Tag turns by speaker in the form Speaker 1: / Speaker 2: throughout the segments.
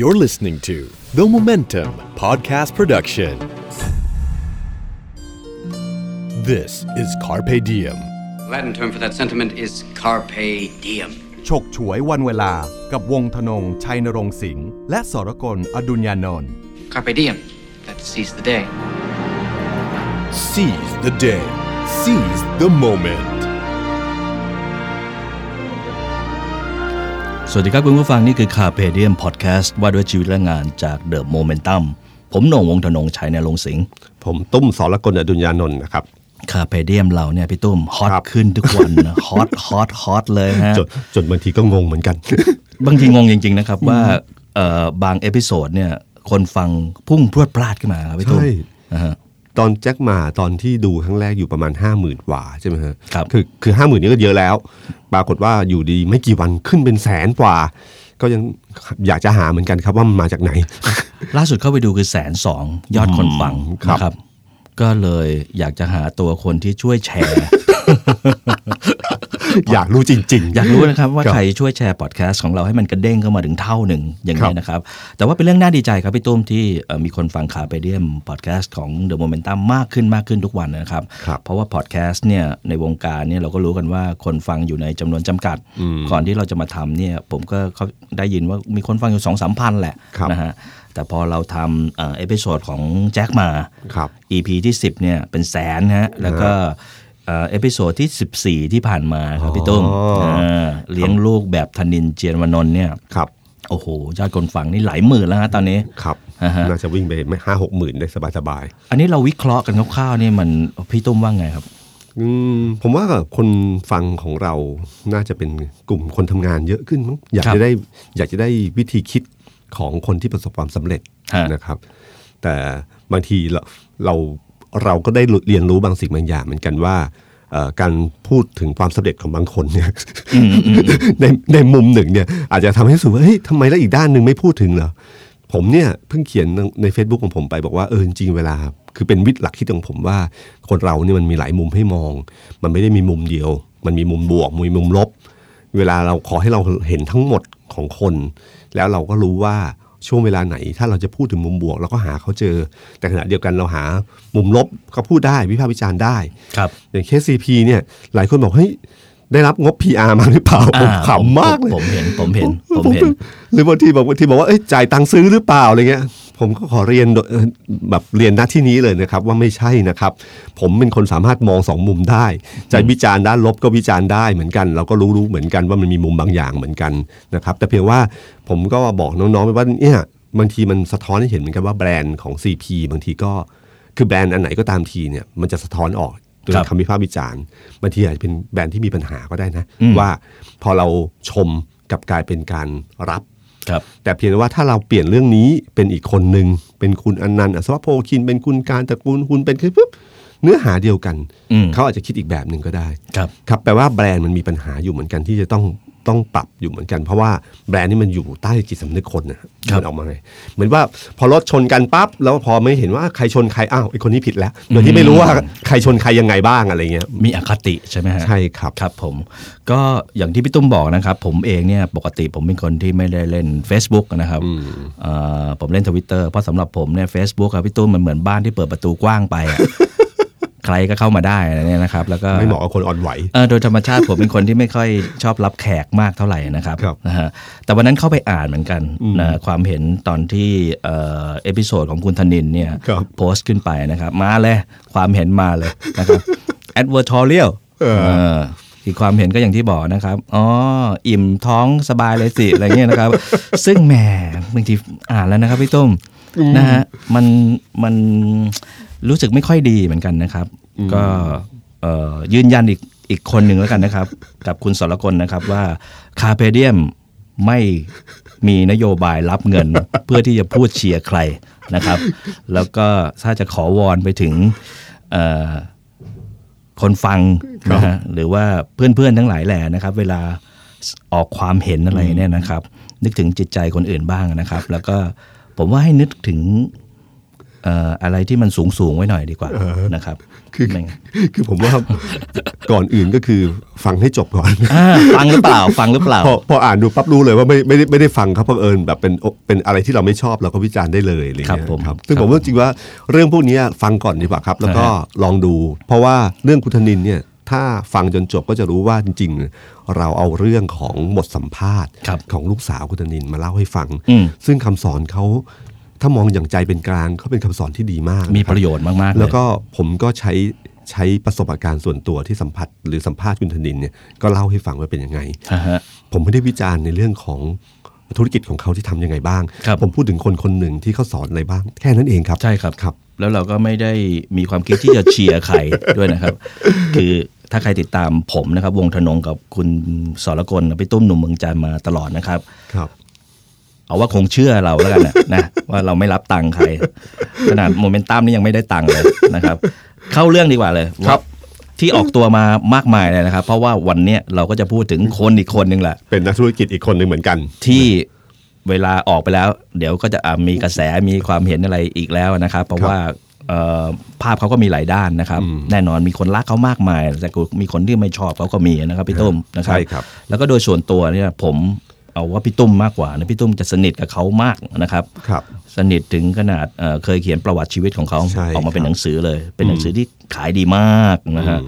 Speaker 1: You're listening to The Momentum Podcast Production. This is Carpe Diem.
Speaker 2: Latin term for that sentiment is carpe diem.
Speaker 3: ฉกฉวยวันเวลากับวงธนง ชัยนรงค์สิงห์และสรกลอดุญญานนท์
Speaker 2: Carpe diem. That seize the day.
Speaker 1: Seize the day. Seize the moment.
Speaker 4: สวัสดีครับคุณผู้ฟัง นี่คือคาเพเดียมพอดแคสต์ว่าด้วยชีวิตและงานจากเดอะโมเมนตัมผมโหน่งวงศ์ธนงชัยในลงค์สิง
Speaker 5: ผมตุ้มสรกลอดุญญานนท์นะครับ
Speaker 4: คาเพเดียมเราเนี่ยพี่ตุ้มฮอต
Speaker 5: ครับ
Speaker 4: ขึ้นทุก วันนะฮอตฮอตฮอตเลยฮะ
Speaker 5: จนจนบางทีก็งงเหมือน กัน
Speaker 4: บางทีงงจริง ๆ นะครับว่าเอ่อบางเอพิโซดเนี่ยคนฟังพุ่งพรวดพลาดขึ้นมาครับพี่ตุ้ม
Speaker 5: ใช่
Speaker 4: อ่าฮะ
Speaker 5: ตอนแจ็คหมาตอนที่ดูครั้งแรกอยู่ประมาณ 5 0,000กว่าใช่ไหมฮะ
Speaker 4: ครับ
Speaker 5: คือคือห้าหมื่นนี่ก็เยอะแล้ว ปรากฏว่าอยู่ดีไม่กี่วันขึ้นเป็นแสนกว่า ก็ยังอยากจะหาเหมือนกันครับว่ามันมาจากไหน
Speaker 4: ล่าสุดเข้าไปดูคือแสนสองยอดคนฟัง
Speaker 5: อืมครับ
Speaker 4: นะครับ ก็เลยอยากจะหาตัวคนที่ช่วยแชร์
Speaker 5: อยากรู้จริง ๆ
Speaker 4: อยากรู้นะครับว่าใครช่วยแชร์พอดแคสต์ของเราให้มันกระเด้งเข้ามาถึงเท่าหนึ่งอย่างนี้นะครับ แต่ว่าเป็นเรื่องน่าดีใจครับพี่ตุ้มที่เอ่อมีคนฟังขาไปเดียมพอดแคสต์ของ The Momentum มากขึ้นมากขึ้นทุกวันนะครับ
Speaker 5: ครับ
Speaker 4: เพราะว่าพอดแคสต์เนี่ยในวงการเนี่ยเราก็รู้กันว่าคนฟังอยู่ในจำนวนจำกัด ก่อนที่เราจะมาทำเนี่ยผมก็เขาได้ยินว่ามีคนฟังอยู่2องสามพันแหละ
Speaker 5: ครับ
Speaker 4: นะฮะแต่พอเราทำเอ่อเอพิโซดของแจ็คมา
Speaker 5: ครับ
Speaker 4: EP ที่ 10เนี่ยเป็นแสนนะฮะแล้วก็เอ่อเอพิโซดที่ 14 ที่ผ่านมาครับพี่ตุ้ม
Speaker 5: อ๋ออ่
Speaker 4: าเลี้ยงลูกแบบธนินเจียนวนนท์เนี่ย
Speaker 5: ครับ
Speaker 4: โอ้โหยอดคนฟังนี่หลายหมื่นแล้วฮะตอนนี้
Speaker 5: ครับ
Speaker 4: อ่าฮะ
Speaker 5: น่าจะวิ่งไปไม่ห้าหกหมื่นได้สบายๆ
Speaker 4: อันนี้เราวิเคราะห์กันคร่าวๆเนี่ยมันพี่ตุ้มว่าไงครับ
Speaker 5: อืมผมว่าคนฟังของเราน่าจะเป็นกลุ่มคนทำงานเยอะขึ้นมั้งอยาก
Speaker 4: ครับ
Speaker 5: จะได้อยากจะได้วิธีคิดของคนที่ประสบความสำเร็จ
Speaker 4: ฮะ
Speaker 5: นะครับ แต่บางทีเราเราเราก็ได้เรียนรู้บางสิ่งบางอย่างเหมือนกันว่าเอ่อการพูดถึงความสำเร็จของบางคนเนี่ย ในในมุมหนึ่งเนี่ยอาจจะทำให้รู้สูว่าเฮ้ยทำไมแล้วอีกด้านหนึ่งไม่พูดถึงเหรอผมเนี่ยเพิ่งเขียนใน Facebook ของผมไปบอกว่าเออจริงๆเวลา คือเป็นวิธีหลักคิดของผมว่า คนเราเนี่ยมันมีหลายมุมให้มอง มันไม่ได้มีมุมเดียว มันมีมุมบวกมีมุมลบ เวลาเราขอให้เราเห็นทั้งหมดของคน แล้วเราก็รู้ว่าช่วงเวลาไหน ถ้าเราจะพูดถึงมุมบวกเราก็หาเขาเจอ แต่ขณะเดียวกันเราหามุมลบก็พูดได้วิพากษ์วิจารณ์ได้
Speaker 4: ครับ
Speaker 5: อย่างเคสซีพีเนี่ยหลายคนบอกเฮ้ยได้รับงบ PR มาหรือเปล่าผม
Speaker 4: อ่า
Speaker 5: ขำมากเลย
Speaker 4: ผมเห็นผมเห็นผม เห็น
Speaker 5: หรือบางทีบอกบางทีบอกว่าเอ้ยจ่ายตังค์ซื้อหรือเปล่าอะไรเงี้ย ผมก็ขอเรียนโดยเอ่อแบบเรียนหน้าที่นี้เลยนะครับ ว่าไม่ใช่นะครับ ผมเป็นคนสามารถมองสองมุมได้จะวิจารณ์ด้านลบก็วิจารณ์ได้เหมือนกัน เราก็รู้รู้เหมือนกันว่ามันมีมุมบางอย่างเหมือนกันนะครับ แต่เพียงว่าผมก็บอกน้องๆไปว่าเนี่ยบางทีมันสะท้อนให้เห็นเหมือนกันว่าแบรนด์ของ CP บางทีก็ คือแบรนด์อันไหนก็ตามทีเนี่ยมันจะสะท้อนออกโดย
Speaker 4: ครับ
Speaker 5: คำวิพากษ์วิจารณ์บางทีอาจจะเป็นแบรนด์ที่มีปัญหาก็ได้นะ ว่าพอเราชมกลับกลายเป็นการรับ
Speaker 4: ครับ
Speaker 5: แต่เพียงแต่ว่าถ้าเราเปลี่ยนเรื่องนี้เป็นอีกคนหนึ่งเป็นคุณอนันต์อัศวโพคิน เป็นคุณการตระกูลคุณเป็นคือปุ๊บเนื้อหาเดียวกัน
Speaker 4: อืม
Speaker 5: เขาอาจจะคิดอีกแบบหนึ่งก็ได้
Speaker 4: ครับ
Speaker 5: ครับแปลว่าแบรนด์มันมีปัญหาอยู่เหมือนกันที่จะต้องต้องปรับอยู่เหมือนกัน เพราะว่าแบรนด์นี่มันอยู่ใต้จิตสำนึกคนนะมันออกมาไงเหมือนว่าพอรถชนกันปั๊บแล้วพอไม่เห็นว่าใครชนใครอ้าวไอคนนี้ผิดแล้วโดยที่ไม่รู้ว่าใครชนใครยังไงบ้างอะไรเงี้ย
Speaker 4: มีอคติใช่ไหมฮะ
Speaker 5: ใช่ครับ
Speaker 4: ครับผมก็อย่างที่พี่ตุ้มบอกนะครับ ผมเองเนี่ยปกติผมเป็นคนที่ไม่ได้เล่น Facebook นะครับเอ่อผมเล่นทวิตเตอร์เพราะสำหรับผมเนี่ยเฟซบุ๊กครับพี่ตุ้มมันเหมือนบ้านที่เปิดประตูกว้างไปอะ ใครก็เข้ามาได้อะไรเนี่ยนะครับ แล้วก็
Speaker 5: ไม่เหมาะกับคนอ่อนไหว
Speaker 4: เออโดยธรรมชาติ ผมเป็นคนที่ไม่ค่อยชอบรับแขกมากเท่าไหร่นะครับ
Speaker 5: ครับ
Speaker 4: นะฮะแต่วันนั้นเข้าไปอ่านเหมือนกันนะความเห็นตอนที่เอ่อเอพิโซดของคุณธนินเนี่ย
Speaker 5: ครับ
Speaker 4: โพสต์ขึ้นไปนะครับ มาเลยความเห็นมาเลยนะครับ advertorial เออคือความเห็นก็อย่างที่บอกนะครับ อ๋อ อิ่มท้องสบายเลยสิ อะไรเงี้ยนะครับ ซึ่งแหมบางทีอ่านแล้วนะครับพี่ตุ้มนะฮะมันมันรู้สึกไม่ค่อยดีเหมือนกันนะครับ ก็เอ่อยืนยันอีกอีกคนหนึ่งแล้วกันนะครับ กับคุณสรกลนะครับว่าคาเพเดียมไม่มีนโยบายรับเงิน เพื่อที่จะพูดเชียร์ใครนะครับ แล้วก็ถ้าจะขอวอนไปถึงเอ่อ คนฟังนะฮะหรือว่าเพื่อนๆทั้งหลายแหล่นะครับ เวลาออกความเห็นอะไรเนี่ยนะครับ นึกถึงจิตใจคนอื่นบ้างนะครับ แล้วก็ผมว่าให้นึกถึง เอ่ออะไรที่มันสูงสูงๆไว้หน่อยดีกว่านะครับ
Speaker 5: คือ
Speaker 4: ไม่งั้น
Speaker 5: คือผมว่าก่อนอื่นก็คือฟังให้จบก่อน
Speaker 4: อ่าฟังหรือเปล่าฟังหรือเปล่า
Speaker 5: พอพออ่านดูปั๊บรู้เลยว่าไม่ไม่ได้ไม่ได้ฟังครับเพราะเอิญแบบเป็นเป็นอะไรที่เราไม่ชอบเราก็วิจารณ์ได้เลยอะไร
Speaker 4: ครั
Speaker 5: เงี้
Speaker 4: บ
Speaker 5: ย
Speaker 4: ผม
Speaker 5: ครับซึ่ง
Speaker 4: ครั
Speaker 5: ผ
Speaker 4: บ
Speaker 5: มว่าจริงๆว่าเรื่องพวกเนี้ยฟังก่อนดีกว่าครับ แล้วก็ลองดู เพราะว่าเรื่องคุณธนินเนี่ยถ้าฟังจนจบก็จะรู้ว่าจริง ๆ เราเอาเรื่องของบทสัมภาษณ์
Speaker 4: ครับ
Speaker 5: ของลูกสาวคุณธนินมาเล่าให้ฟัง
Speaker 4: อืม
Speaker 5: ซึ่งคำสอนเขาถ้ามองอย่างใจเป็นกลางเขาเป็นคำสอนที่ดีมาก
Speaker 4: มี
Speaker 5: นะค
Speaker 4: ป
Speaker 5: บ
Speaker 4: ระโยชน์มากๆเลย
Speaker 5: แล้วก็ผมก็ใช้ใช้ประสบการณ์ส่วนตัวที่สัมผัสหรือสัมภาษณ์คุณธนินเนี่ยก็เล่าให้ฟังว่าเป็นยังไง
Speaker 4: อ่าฮะ
Speaker 5: ผมไม่ได้วิจารณ์ในเรื่องของธุรกิจของเขาที่ทำยังไงบ้าง
Speaker 4: ครับ
Speaker 5: ผมพูดถึงคนคนหนึ่งที่เขาสอนอะไรบ้าง แค่นั้นเองครับ
Speaker 4: ใช่ครับ
Speaker 5: ครับ
Speaker 4: แล้วเราก็ไม่ได้มีความคิดที่จะเชียร์ใครด้วยนะครับ คือถ้าใครติดตามผมนะครับ วงธนงกับคุณสรกลพี่ตุ้มหนุ่มเมืองจันทร์มาตลอดนะครับ
Speaker 5: ครับ
Speaker 4: เอาว่าคงเชื่อเราแล้วกันนะ นะว่าเราไม่รับตังค์ใคร ขนาดโมเมนตัมนี่ยังไม่ได้ตังค์เลยนะครับ เข้าเรื่องดีกว่าเลย
Speaker 5: ครับ
Speaker 4: ว่าที่ออกตัวมามากมายเลยนะครับ เพราะว่าวันเนี้ยเราก็จะพูดถึงคนอีกคนหนึ่งแหละ
Speaker 5: เป็นนักธุรกิจอีกคนหนึ่งเหมือนกัน
Speaker 4: ที่เวลาออกไปแล้ว เดี๋ยวก็จะอ่ะมีกระแสมีความเห็นอะไรอีกแล้วนะครับ เพราะว่าเอ่อภาพเขาก็มีหลายด้านนะครับ แน่นอนมีคนรักเขามากมาย แต่ก็มีคนที่ไม่ชอบเขาก็มีนะครับพี่ตุ้มนะครับ
Speaker 5: ใช่ครับ
Speaker 4: แล้วก็โดยส่วนตัวเนี่ยผมเอาว่าพี่ตุ้มมากกว่านะพี่ตุ้มจะสนิทกับเขามากนะครับ
Speaker 5: ครับ
Speaker 4: สนิทถึงขนาดเอ่อเคยเขียนประวัติชีวิตของเขา
Speaker 5: ใช่
Speaker 4: ออกมาเป็น
Speaker 5: ครับ
Speaker 4: หนังสือเลย เป็นหนังสือที่ขายดีมากนะฮะ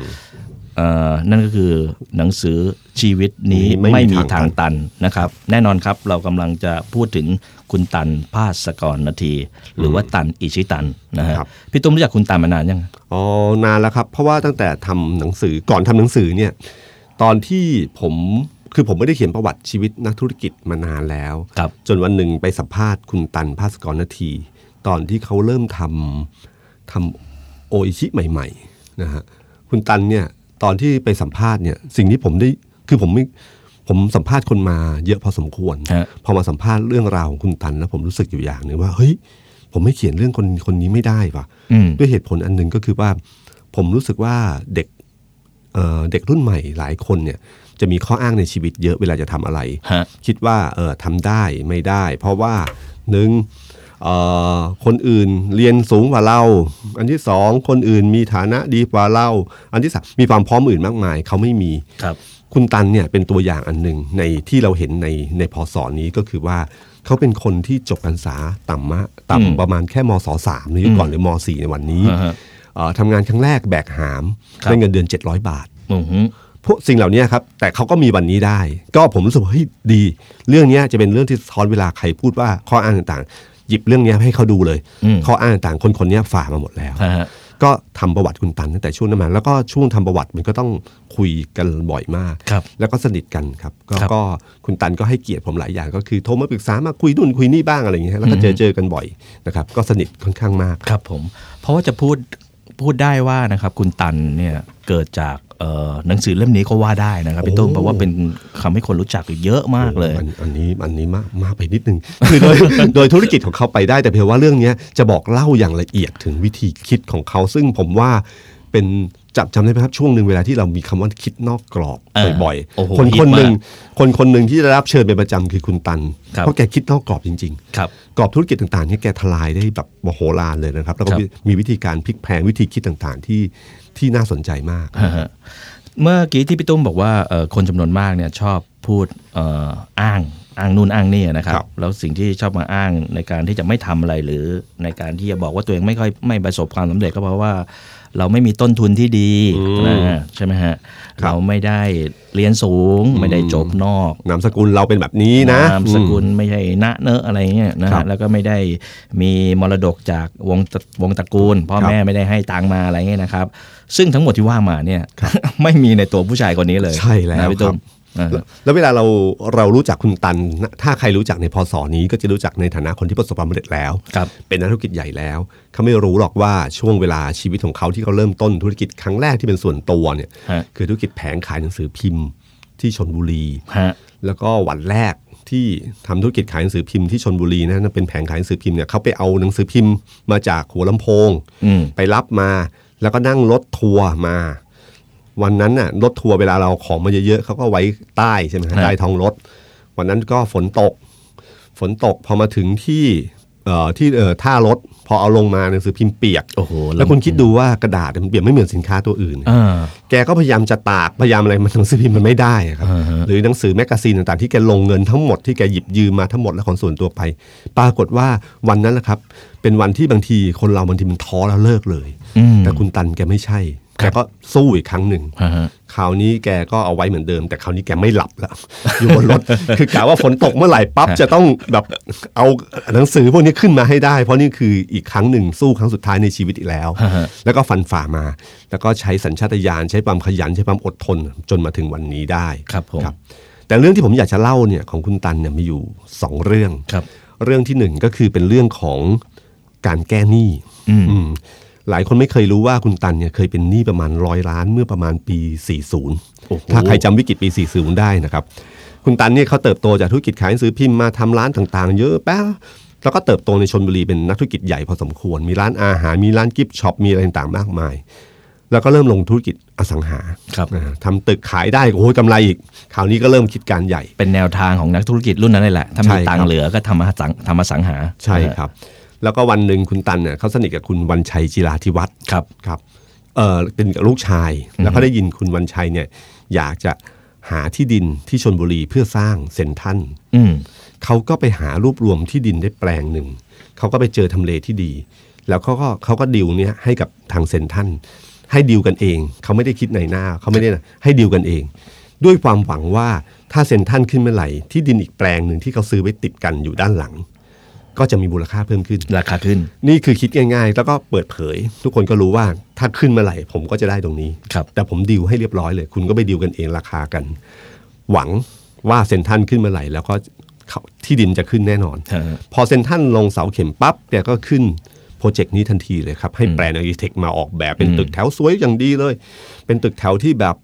Speaker 4: เอ่อนั่นก็คือหนังสือชีวิตนี้
Speaker 5: ไม่มี
Speaker 4: ไม่มี
Speaker 5: ทา
Speaker 4: ทาง ง
Speaker 5: ตั
Speaker 4: ตั
Speaker 5: น
Speaker 4: นนะครับ แน่นอนครับเรากำลังจะพูดถึงคุณตันภาสกรนาที หรือว่าตันอิชิตันนะฮะพี่ตุ้มรู้จักคุณตันมานานยัง
Speaker 5: อ๋อนานแล้วครับ เพราะว่าตั้งแต่ทำหนังสือก่อนทำหนังสือเนี่ยตอนที่ผมคือผมไม่ได้เขียนประวัติชีวิตนักธุรกิจมานานแล้ว
Speaker 4: ครับ
Speaker 5: จนวันหนึ่งไปสัมภาษณ์คุณตันภาสกรนาที ตอนที่เขาเริ่มทำทำโออิชิใหม่ๆนะฮะคุณตันเนี่ยตอนที่ไปสัมภาษณ์เนี่ยสิ่งที่ผมได้คือผมไม่ผมสัมภาษณ์คนมาเยอะพอสมควร
Speaker 4: ฮะ
Speaker 5: พอมาสัมภาษณ์เรื่องราวของคุณตันแล้วผมรู้สึกอยู่อย่างหนึ่งว่าเฮ้ยผมไม่เขียนเรื่องคนคนนี้ไม่ได้ว่ะ
Speaker 4: อืม
Speaker 5: ด้วยเหตุผลอันหนึ่งก็คือว่าผมรู้สึกว่าเด็กเอ่อเด็กรุ่นใหม่หลายคนเนี่ยจะมีข้ออ้างในชีวิตเยอะเวลาจะทำอะไร
Speaker 4: ฮะ
Speaker 5: คิดว่าเออทำได้ไม่ได้ เพราะว่าหนึ่งเอ่อคนอื่นเรียนสูงกว่าเรา อันที่สองคนอื่นมีฐานะดีกว่าเรา อันที่สามมีความพร้อมอื่นมากมาย เขาไม่มี
Speaker 4: ครับ
Speaker 5: คุณตันเนี่ยเป็นตัวอย่างอันหนึ่งในที่เราเห็นในในพศนี้ก็คือว่าเขาเป็นคนที่จบการศึกษาต่ำมะ
Speaker 4: อืม
Speaker 5: ต่ำประมาณแค่มศสามในยุคก่อนหรือมสี่ในวันนี้
Speaker 4: อ่าฮะ
Speaker 5: เอ่อทำงานครั้งแรกแบกหาม
Speaker 4: ครับ
Speaker 5: ได้เงินเดือน 700 บาท
Speaker 4: อือหือ
Speaker 5: พวกสิ่งเหล่านี้ครับ แต่เขาก็มีวันนี้ได้ ก็ผมรู้สึกว่าเฮ้ยดี เรื่องเนี้ยจะเป็นเรื่องที่สะท้อนเวลาใครพูดว่าข้ออ้างต่างๆ หยิบเรื่องเนี้ยให้เขาดูเลย
Speaker 4: อืม
Speaker 5: ข้ออ้างต่างๆคนคนๆเนี้ยฝ่ามาหมดแล้ว
Speaker 4: ฮะฮะ
Speaker 5: ก็ทำประวัติคุณตันตั้งแต่ช่วงนั้นมาแล้วก็ช่วงทำประวัติมันก็ต้องคุยกันบ่อยมาก
Speaker 4: ครับ
Speaker 5: แล้วก็สนิทกันครับก็
Speaker 4: ครับ
Speaker 5: ก็คุณตันก็ให้เกียรติผมหลายอย่างก็คือโทรมาปรึกษามาคุยนู่นคุยนี่บ้างอะไรอย่างเงี้ยแล้วก็เจอ
Speaker 4: อืม
Speaker 5: เจอกันบ่อยนะครับก็สนิทค่อนข้างมาก
Speaker 4: ครับผมเพราะว่าจะพูดพูดได้ว่านะครับคุณตันเนี่ยเกิดจากเอ่อหนังสือเล่มนี้ก็ว่าได้นะครับพี่ตุ้ม
Speaker 5: โอ้
Speaker 4: เพราะว่าเป็นคำให้คนรู้จักเยอะมากเลย
Speaker 5: อันอันนี้อันนี้มากมากไปนิดนึง คือโดยโดยธุรกิจของเขาไปได้แต่เพียงว่าเรื่องเนี้ยจะบอกเล่าอย่างละเอียดถึงวิธีคิดของเขา ซึ่งผมว่าเป็นจับจำได้ไหมครับช่วงหนึ่งเวลาที่เรามีคำว่าคิดนอกกรอบ
Speaker 4: เออ
Speaker 5: บ่อย
Speaker 4: โอ้โห
Speaker 5: คน
Speaker 4: ฮิต
Speaker 5: คนหนึ่ง
Speaker 4: ม
Speaker 5: คนคนหนึ่งที่ได้รับเชิญเป็นประจำคือคุณตัน
Speaker 4: ครับ
Speaker 5: เพราะแกคิดนอกกรอบจริง ๆ
Speaker 4: ครับ
Speaker 5: กรอบธุรกิจต่างๆเนี่ยแกทลายได้แบบมโหฬารเลยนะครับ แล้วก็
Speaker 4: ครับ
Speaker 5: มีวิธีการพลิกแพลงวิธีคิดต่างๆที่ที่น่าสนใจมาก
Speaker 4: ฮะฮะเมื่อกี้ที่พี่ตุ้มบอกว่าเอ่อคนจำนวนมากเนี่ยชอบพูดเอ่ออ้างอ้างนู่นอ้างนี่นะครับ
Speaker 5: ครับ
Speaker 4: แล้วสิ่งที่ชอบมาอ้างในการที่จะไม่ทำอะไรหรือในการที่จะบอกว่าตัวเองไม่ค่อยไม่ประสบความสำเร็จก็เพราะว่า เราไม่มีต้นทุนที่ดีนะฮะใช่ไหมฮะเราไม่ได้เรียนสูงไม่ได้จบนอก
Speaker 5: นามสกุลเราเป็นแบบนี้นะ
Speaker 4: นามสกุลไม่ใช่นะเนอะอะไรเงี้ยนะ
Speaker 5: ครั
Speaker 4: ฮะ
Speaker 5: บ
Speaker 4: แล้วก็ไม่ได้มีมรดกจากวงตระวงตระกูลพ่อ
Speaker 5: ครับ
Speaker 4: แม่ไม่ได้ให้ตังค์มาอะไรเงี้ยนะครับ ซึ่งทั้งหมดที่ว่ามาเนี่ย ไม่มีในตัวผู้ชายคนนี้เลย
Speaker 5: ใช่แล้ว
Speaker 4: นะพี่ตุ้ม
Speaker 5: ครับ
Speaker 4: อ่า
Speaker 5: แล้วแล้วเวลาเราเรารู้จักคุณตันนะถ้าใครรู้จักในพศนี้ก็จะรู้จักในฐานะคนที่ประสบความสำเร็จแล้ว
Speaker 4: ครับ
Speaker 5: เป็นนักธุรกิจใหญ่แล้ว เขาไม่รู้หรอกว่าช่วงเวลาชีวิตของเขาที่เขาเริ่มต้นธุรกิจครั้งแรกที่เป็นส่วนตัวเนี่ย
Speaker 4: ฮะ
Speaker 5: คือธุรกิจแผงขายหนังสือพิมพ์ที่ชนบุรี
Speaker 4: ฮะ
Speaker 5: แล้วก็วันแรกที่ทำธุรกิจขายหนังสือพิมพ์ที่ชนบุรีนะนั่นเป็นแผงขายหนังสือพิมพ์เนี่ยเขาไปเอาหนังสือพิมพ์มาจากหัวลำโพง
Speaker 4: อืม
Speaker 5: ไปรับมาแล้วก็นั่งรถทัวร์มา วันนั้นน่ะรถทัวร์เวลาเราเอาของมาเยอะๆเขาก็ไว้ใต้ใช่ไหม
Speaker 4: ค
Speaker 5: ฮะ
Speaker 4: รับ
Speaker 5: ใต้ท้องรถ วันนั้นก็ฝนตก ฝนตกพอมาถึงที่ เอ่อที่เอ่อท่ารถพอเอาลงมาหนังสือพิมพ์เปียก
Speaker 4: โอ้โห
Speaker 5: แล้วคุณคิดดูว่ากระดาษเนี่ยมันเปียกไม่เหมือนสินค้าตัวอื่น
Speaker 4: เออ
Speaker 5: แกก็พยายามจะตากพยายามอะไรมันหนังสือพิมพ์มันไม่ได้อะครับ
Speaker 4: อ่าฮะ
Speaker 5: หรือหนังสือแมกกาซีนต่างๆที่แกลงเงินทั้งหมดที่แกหยิบยืมมาทั้งหมดและของส่วนตัวไป ปรากฏว่าวันนั้นแหละครับ เป็นวันที่บางทีคนเราบางทีมันท้อแล้วเลิกเลย
Speaker 4: อืม
Speaker 5: แต่คุณตันแกไม่ใช่แกก็สู้อีกครั้งหนึ่ง
Speaker 4: อ่าฮะ
Speaker 5: คราวนี้แกก็เอาไว้เหมือนเดิม แต่คราวนี้แกไม่หลับ แล้ว อยู่บนรถ คือกะว่าฝนตกเมื่อไหร่ปั๊บจะต้องแบบเอาหนังสือพวกนี้ขึ้นมาให้ได้ เพราะนี่คืออีกครั้งหนึ่งสู้ครั้งสุดท้ายในชีวิตอีกแล้ว
Speaker 4: อ่าฮะ
Speaker 5: แล้วก็ฟันฝ่ามา แล้วก็ใช้สัญชาตญาณใช้ความขยันใช้ความอดทนจนมาถึงวันนี้ได้
Speaker 4: ครับผม
Speaker 5: แต่เรื่องที่ผมอยากจะเล่าเนี่ยของคุณตันเนี่ยมีอยู่สองเรื่อง
Speaker 4: ครับ
Speaker 5: เรื่องที่หนึ่งก็คือเป็นเรื่องของการแก้หนี้อืมหลายคนไม่เคยรู้ว่าคุณตันเนี่ยเคยเป็นหนี้ประมาณร้อยล้านเมื่อประมาณปี
Speaker 4: โอ้โห
Speaker 5: 40 ถ้าใครจำวิกฤตปี 40 ได้นะครับ คุณตันเนี่ยเขาเติบโตจากธุรกิจขายหนังสือพิมพ์มาทำร้านต่างๆ เยอะแป๊ะแล้วก็เติบโตในชนบุรีเป็นนักธุรกิจใหญ่พอสมควร มีร้านอาหารมีร้านกิฟต์ช็อปมีอะไรต่างๆมากมาย แล้วก็เริ่มลงธุรกิจอสังหา
Speaker 4: ครับ
Speaker 5: อ่าทำตึกขายได้โอ้โหกำไรอีกคราวนี้ก็เริ่มคิดการใหญ่
Speaker 4: เป็นแนวทางของนักธุรกิจรุ่นนั้นเลยแหละ ถ้า
Speaker 5: ใช่
Speaker 4: มี
Speaker 5: ครับ
Speaker 4: ตังค์เหลือก็ทำมาสังทำมาสังหา
Speaker 5: ใช่ครับ แล้วก็วันหนึ่งคุณตันเนี่ยเขาสนิทกับคุณวันชัยจีราธิวัฒน์
Speaker 4: ครับ
Speaker 5: ครับเออเป็นลูกชาย แล้วเขาได้ยินคุณวันชัยเนี่ยอยากจะหาที่ดินที่ชนบุรีเพื่อสร้างเซ็นทรัน
Speaker 4: อืม
Speaker 5: เขาก็ไปหารวบรวมที่ดินได้แปลงหนึ่งเขาก็ไปเจอทำเลที่ดี แล้วเขาก็เขาก็ดิวเนี่ยให้กับทางเซ็นทรันให้ดิวกันเองเขาไม่ได้คิดในหน้าเขาไม่ได้นะให้ดิวกันเอง ด้วยความหวังว่าถ้าเซ็นทรันขึ้นเมื่อไหร่ที่ดินอีกแปลงหนึ่งที่เขาซื้อไว้ติดกันอยู่ด้านหลัง ก็จะมีมูลค่าเพิ่มขึ้น
Speaker 4: ราคาขึ้น
Speaker 5: นี่คือคิดง่ายๆ แล้วก็เปิดเผย ทุกคนก็รู้ว่าถ้าขึ้นเมื่อไหร่ผมก็จะได้ตรงนี้
Speaker 4: ครับ
Speaker 5: แต่ผมดีลให้เรียบร้อยเลย คุณก็ไปดีลกันเองราคากัน หวังว่าเซ็นทรันขึ้นเมื่อไหร่ แล้วก็เขาที่ดินจะขึ้นแน่นอน
Speaker 4: ฮะฮะ
Speaker 5: พอเซ็นทรันลงเสาเข็มปั๊บแกก็ขึ้นโปรเจกต์นี้ทันทีเลยครับ ให้แปลนอาร์เคเต็กมาออกแบบเป็นตึกแถวสวยอย่างดีเลย เป็นตึกแถวที่แบบ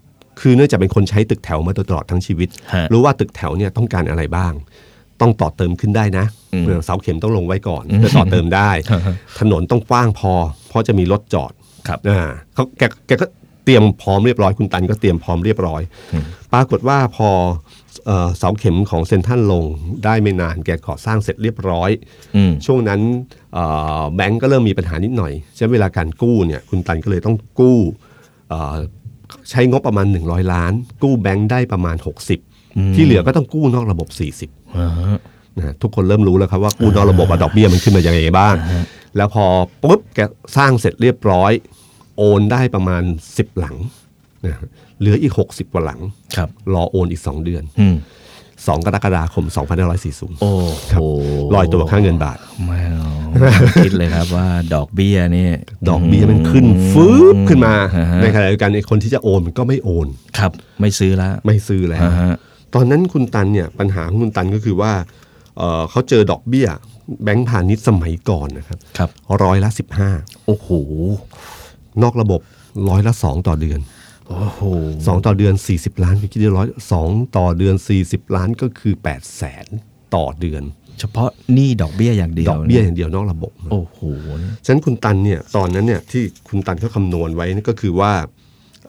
Speaker 5: คือเนื่องจากเป็นคนใช้ตึกแถวมาตลอดทั้งชีวิต
Speaker 4: ฮะ
Speaker 5: รู้ว่าตึกแถวเนี่ยต้องการอะไรบ้าง ต้องต่อเติมขึ้นได้นะเออเสาเข็มต้องลงไว้ก่อนเพื่อต่อเติม ได้ ถนนต้องกว้างพอ เพราะจะมีรถจอด
Speaker 4: ครับ
Speaker 5: อ่าเขาแกแกก็เตรียมพร้อมเรียบร้อยคุณตันก็เตรียมพร้อมเรียบร้อย ปรากฏว่าพอเอ่อเสาเข็มของเซนทรันลงได้ไม่นานแกก่อสร้างเสร็จเรียบร้อย
Speaker 4: อืม
Speaker 5: ช่วงนั้นเอ่อแบงก์ก็เริ่มมีปัญหานิดหน่อยใช้เวลาการกู้เนี่ยคุณตันก็เลยต้องกู้เอ่อใช้งบประมาณ 100 ล้าน กู้แบงก์ได้ประมาณ 60 ที่เหลือก็ต้องกู้นอกระบบ 40นะทุกคนเริ่มรู้แล้วครับว่ากู้นอกระบบอะดอกเบี้ยมันขึ้นมาอย่างไรบ้าง แล้วพอปุ๊บแกสร้างเสร็จเรียบร้อย โอนได้ประมาณ 10 หลังนะเหลืออีก 60 กว่าหลัง
Speaker 4: ครับ
Speaker 5: รอโอนอีก 2 เดือน
Speaker 4: อืม
Speaker 5: 2 กรกฎาคม 2540
Speaker 4: โอ้โห
Speaker 5: ลอยตัวค่าเงินบาท
Speaker 4: ไม่เอาคิดเลยครับว่าดอกเบี้ยนี่
Speaker 5: ดอกเบี้ยมันขึ้นฟืบขึ้นมา
Speaker 4: อ่าฮะ
Speaker 5: ในขณะเดียวกันไอ้คนที่จะโอนมันก็ไม่โอน
Speaker 4: ครับ ไม่ซื้อละ
Speaker 5: ไม่ซื้อแล้ว
Speaker 4: อ่าฮะ
Speaker 5: ตอนนั้นคุณตันเนี่ยปัญหาของคุณตันก็คือว่าเอ่อเขาเจอดอกเบี้ยแบงก์พาณิชย์สมัยก่อนนะครับ
Speaker 4: ครับ
Speaker 5: ร้อยละสิบห้า
Speaker 4: โอ้โห
Speaker 5: นอกระบบร้อยละสองต่อเดือน
Speaker 4: โอ้โห
Speaker 5: สองต่อเดือนสี่สิบล้านก็คิดได้ร้อยสองต่อเดือนสี่สิบล้านก็คือแปดแสนต่อเดือน
Speaker 4: เฉพาะหนี้ดอกเบี้ยอย่างเดียว
Speaker 5: ดอกเบี้ยอย่างเดียวนอกระบบ
Speaker 4: โอ้โห
Speaker 5: ฉะนั้นคุณตันเนี่ยตอนนั้นเนี่ยที่คุณตันเขาคำนวณไว้นี่ก็คือว่า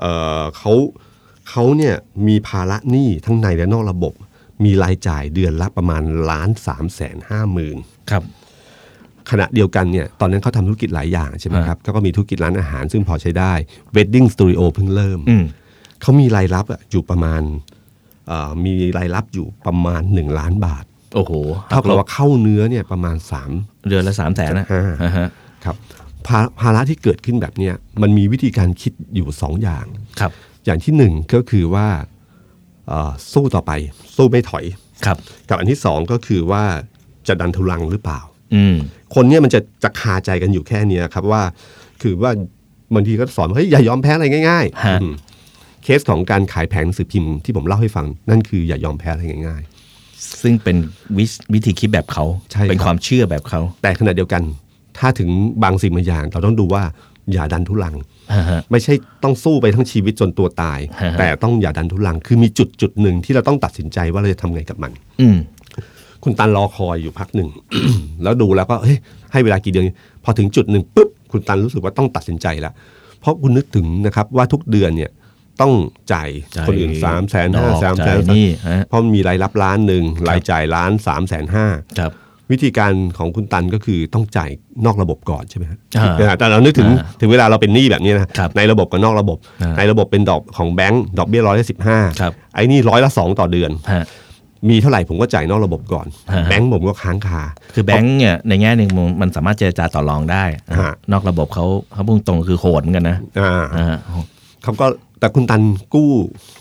Speaker 5: เอ่อเขาเขาเนี่ยมีภาระหนี้ทั้งในและนอกระบบ มีรายจ่ายเดือนละประมาณล้านสามแสนห้าหมื่น
Speaker 4: ครับ
Speaker 5: ขณะเดียวกันเนี่ยตอนนั้นเขาทำธุรกิจหลายอย่างใช่ไหมครับเขาก็มีธุรกิจร้านอาหารซึ่งพอใช้ได้เวดดิ้งสตูดิโอเพิ่งเริ่ม
Speaker 4: อืม
Speaker 5: เขามีรายรับอะอยู่ประมาณเอ่อมีรายรับอยู่ประมาณ 1 ล้านบาท
Speaker 4: โอ้โห
Speaker 5: เท่ากับว่าเข้าเนื้อเนี่ยประมาณ 3
Speaker 4: เดือนละสามแสนนะ
Speaker 5: อ่า
Speaker 4: อ่าฮะ
Speaker 5: ครับภาภาระที่เกิดขึ้นแบบเนี้ยมันมีวิธีการคิดอยู่สองอย่าง
Speaker 4: ครับ
Speaker 5: อย่างที่หนึ่งก็คือว่าเอ่อสู้ต่อไป สู้ไม่ถอย
Speaker 4: ครับ
Speaker 5: กับอันที่สองก็คือว่าจะดันทุลังหรือเปล่า
Speaker 4: อืม
Speaker 5: คนเนี้ยมันจะจะคาใจกันอยู่แค่เนี้ยครับว่า คือว่าบางทีก็สอนว่าเฮ้ยอย่ายอมแพ้อะไรง่าย
Speaker 4: ฮะ
Speaker 5: ๆอืมเคสของการขายแผงหนังสือพิมพ์ที่ผมเล่าให้ฟังนั่นคืออย่ายอมแพ้อะไรง่าย
Speaker 4: ซึ่งเป็นวิสวิธีคิดแบบเขา
Speaker 5: ใช่ครับ
Speaker 4: เป็นความเชื่อแบบเขา
Speaker 5: ๆ แต่ขณะเดียวกัน ถ้าถึงบางสิ่งบางอย่าง เราต้องดูว่าอย่าดันทุลัง
Speaker 4: อ่าฮะ
Speaker 5: ไม่ใช่ต้องสู้ไปทั้งชีวิตจนตัวตาย
Speaker 4: ฮะ
Speaker 5: แต่ต้องอย่าดันทุลังคือมีจุดจุดหนึ่งที่เราต้องตัดสินใจว่าเราจะทำไงกับมัน
Speaker 4: อืม
Speaker 5: คุณตันรอคอยอยู่พักหนึ่ง แล้วดูแล้วก็เฮ้ยให้เวลากี่เดือน พอถึงจุดหนึ่งปุ๊บคุณตันรู้สึกว่าต้องตัดสินใจแล้ว เพราะคุณนึกถึงนะครับว่าทุกเดือนเนี่ยต้องจ่าย
Speaker 4: จ่าย
Speaker 5: คนอื่นสามแสน
Speaker 4: ดอก
Speaker 5: ห้าสามแส
Speaker 4: จ่าย
Speaker 5: น
Speaker 4: หนี้ฮะ
Speaker 5: เพราะมีรายรับล้านหนึ่งรายจ่ายล้านสามแสนห้า
Speaker 4: ครับ
Speaker 5: วิธีการของคุณตันก็คือต้องจ่ายนอกระบบก่อนใช่ไหมฮะ
Speaker 4: อ่า
Speaker 5: อ่าแต่เรานึกถึงถึงเวลาเราเป็นหนี้แบบนี้นะครับ ในระบบกับนอกระบบ
Speaker 4: อ่า
Speaker 5: ในระบบเป็นดอกของแบงก์ดอกเบี้ยร้อยละสิบห้า
Speaker 4: ครับ
Speaker 5: ไอ้นี่ร้อยละสองต่อเดือน
Speaker 4: ฮะ
Speaker 5: มีเท่าไหร่ผมก็จ่ายนอกระบบก่อน
Speaker 4: ฮะ
Speaker 5: แบงก์ผมก็ค้างคา
Speaker 4: คือแบงค์เนี่ยในแง่หนึ่งมันสามารถเจรจาต่อรองได้
Speaker 5: ฮะ
Speaker 4: นอกระบบเขาเขาพุ่งตรงๆคือโหดเหมือนกันนะ
Speaker 5: อ่า
Speaker 4: อ่า
Speaker 5: เขาก็แต่คุณตันกู้